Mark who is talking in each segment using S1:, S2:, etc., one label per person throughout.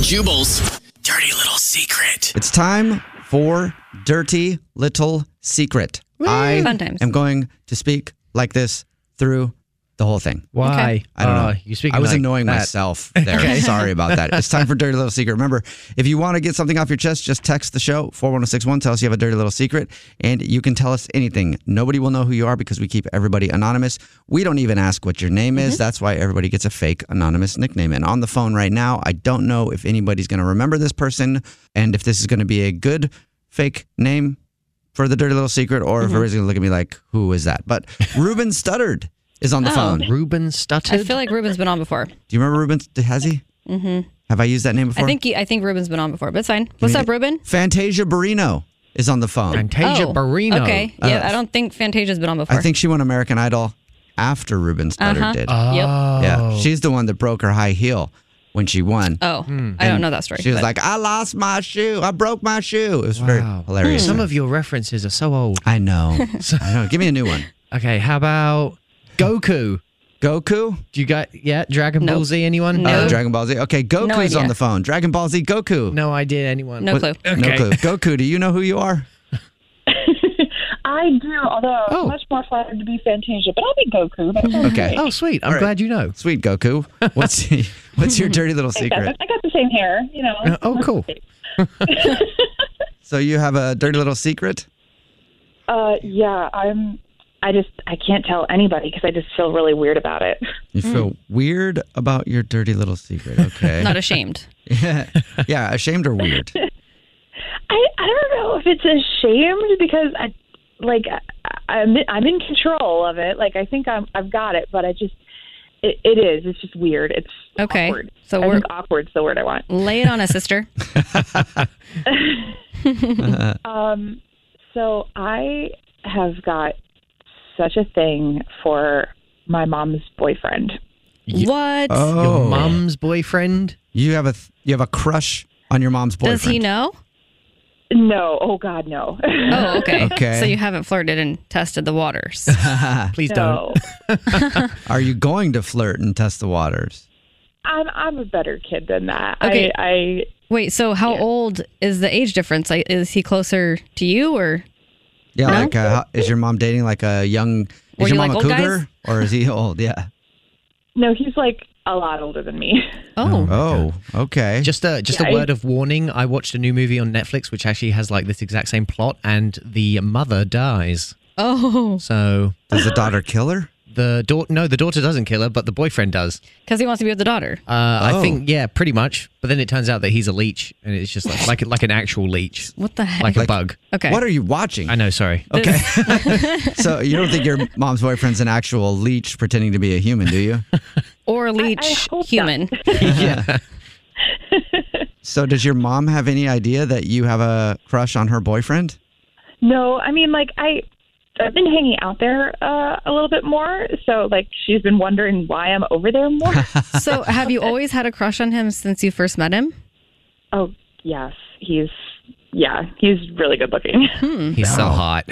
S1: Jubal's dirty little secret.
S2: It's time for Dirty Little Secret. I am going to speak like this through the whole thing.
S3: Why?
S2: I don't
S3: Uh,
S2: know.
S3: You speak
S2: I was
S3: like
S2: annoying
S3: that.
S2: myself there. Sorry about that. It's time for Dirty Little Secret. Remember, if you want to get something off your chest, just text the show 41061. Tell us you have a dirty little secret, and you can tell us anything. Nobody will know who you are because we keep everybody anonymous. We don't even ask what your name is.
S3: Mm-hmm.
S2: That's why everybody gets a fake anonymous nickname. And on the phone right now, I don't know if anybody's going to remember this person and if this is going to be a good fake name for the dirty little secret or
S3: Mm-hmm.
S2: if everybody's going to look at me like, who is that? But Ruben Studdard is on the phone.
S3: Ruben Stutted.
S4: I feel like Ruben's been on before.
S2: Do you remember Ruben? Has he? Mm-hmm. Have I used that name before?
S4: I think he, I think Ruben's been on before, but it's fine. What's up, Ruben?
S2: Fantasia Barrino is on the phone.
S3: Fantasia
S4: Oh,
S3: Barrino.
S4: Okay.
S2: Uh,
S4: Yeah, I don't think Fantasia's been on before.
S2: I think she won American Idol after Ruben Studdard
S4: Uh-huh.
S2: did.
S3: Oh.
S2: Yeah, she's the one that broke her high heel when she won.
S4: oh,
S3: Hmm.
S4: I don't know that story.
S2: She was
S4: but-
S2: like, "I lost my shoe. I broke my shoe." It was very
S3: Wow. Hmm.
S2: hilarious.
S3: Some of your references are so old.
S2: I know. I know. Give me a new one.
S3: Okay, how about Goku?
S2: Goku.
S3: Do you got yeah? Dragon Ball
S4: Nope.
S3: Z? Anyone?
S4: No.
S2: Uh, Dragon Ball Z. Okay, Goku's
S4: idea.
S2: on the phone. Dragon Ball Z. Goku.
S3: no idea. Anyone?
S4: No clue.
S2: No
S3: Okay.
S2: clue. Goku, do you know who you are?
S5: I do, although
S3: Oh.
S5: I'm much more flattered to be Fantasia, but I'll be Goku. That's
S2: Okay.
S3: Oh, sweet. I'm
S2: right.
S3: glad you know.
S2: Sweet Goku. What's what's your dirty little secret?
S5: I got the same hair, you know.
S3: Uh, oh, cool.
S2: So you have a dirty little secret?
S5: Uh, yeah, I'm. I just I can't tell anybody because I just feel really weird about it.
S2: You
S6: Mm.
S2: feel weird about your dirty little secret. Okay.
S4: not ashamed.
S2: yeah. yeah, ashamed or weird.
S5: I I don't know if it's ashamed because I like I, I'm I'm in control of it. Like I think I'm I've got it, but I just it, it is. It's just weird. It's
S4: Okay,
S5: Awkward.
S4: so
S5: I
S4: we're-
S5: think awkward's the word I want.
S4: Lay it on us, sister.
S5: Um, so I have got such a thing for my mom's boyfriend.
S4: what?
S2: Oh,
S3: Your mum's boyfriend.
S2: you have a th- you have a crush on your mom's boyfriend.
S4: Does he know?
S5: No, oh God, no,
S4: Oh, okay.
S2: Okay.
S4: So you haven't flirted and tested the waters.
S3: Please don't.
S5: no.
S2: Are you going to flirt and test the waters?
S5: I'm I'm a better kid than that.
S4: Okay.
S5: I, I
S4: Wait, so how old is the age difference? Like, is he closer to you or?
S2: Yeah, like uh, how- is your mom dating like a young?
S4: Were
S2: Is your
S4: you
S2: mom
S4: like
S2: a
S4: old
S2: cougar or is he old? Yeah.
S5: no, he's like a lot older than me.
S4: Oh,
S2: Oh, okay.
S3: Just a just
S5: Yeah,
S3: a
S5: I-
S3: word of warning. I watched a new movie on Netflix which actually has like this exact same plot, and the mother dies.
S4: oh,
S3: So
S2: does the daughter kill her?
S6: The daughter, no, the daughter doesn't kill her, but the boyfriend does.
S7: because he wants to be with the daughter.
S6: Uh,
S7: Oh.
S6: I think, yeah, pretty much. But then it turns out that he's a leech, and it's just like like, like an actual leech,
S7: What the heck?
S6: like a bug.
S7: Okay. What are
S2: you watching?
S6: I know. Sorry.
S2: Okay. so you don't think your mom's boyfriend's an actual leech pretending to be a human, do you?
S7: Or leech human.
S2: So does your mom have any idea that you have a crush on her boyfriend?
S5: No, I mean, like I, I've been hanging out there uh, a little bit more, so like she's been wondering why I'm over there more.
S7: so have you always had a crush on him since you first met him?
S5: Oh yes, he's yeah, he's really good looking.
S6: He's so hot.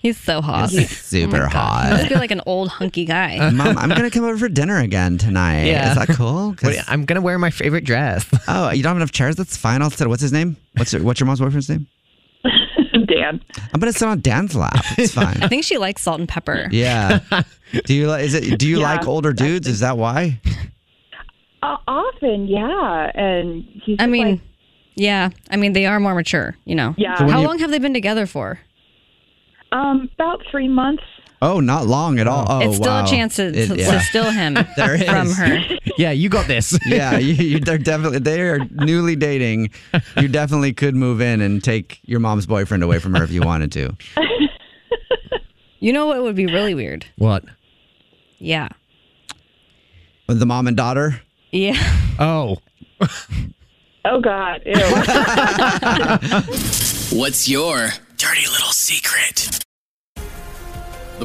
S7: He's so hot.
S4: Oh
S2: super
S7: He must
S2: hot.
S7: be like an old hunky guy.
S2: Mom, I'm gonna come over for dinner again tonight.
S6: Yeah.
S2: Is that cool? 'Cause-
S6: What- I'm gonna wear my favorite dress.
S2: Oh, you don't have enough chairs? That's fine. I'll sit. What's his name? What's your, what's your mom's boyfriend's name?
S5: Dan.
S2: I'm gonna sit on Dan's lap. It's fine.
S7: I think she likes salt and pepper.
S2: Yeah. Do you like? Is it? Do you
S5: Yeah,
S2: like older dudes? Is that why?
S5: Uh, often, yeah, and he's.
S7: I
S5: just
S7: mean,
S5: like,
S7: yeah. I mean, they are more mature, you know.
S5: Yeah. So when
S7: How
S2: you-
S7: long have they been together for?
S5: um, about three months.
S2: Oh, not long at all. Oh,
S7: it's still
S2: wow.
S7: a chance to,
S2: It-
S7: to,
S2: yeah.
S7: to steal him
S2: There is.
S7: from her.
S6: yeah, you got this.
S2: yeah, you, you, they're definitely they are newly dating. You definitely could move in and take your mom's boyfriend away from her if you wanted to.
S7: You know what would be really weird?
S6: What?
S7: Yeah.
S2: The mom and daughter.
S7: Yeah.
S6: Oh.
S5: Oh God. Ew.
S8: What's your dirty little secret?
S9: The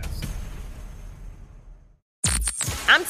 S10: I'm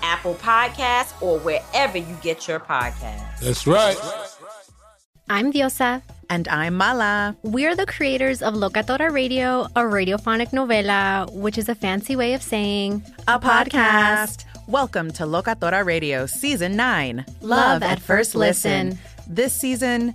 S10: Apple Podcasts, or wherever you get your podcasts.
S11: That's right.
S12: I'm Diosa.
S13: And I'm Mala.
S12: We're the creators of Locatora Radio, a radiophonic novela, which is a fancy way of saying
S13: A podcast. Welcome to Locatora Radio Season 9
S12: Love at First Listen.
S13: This season,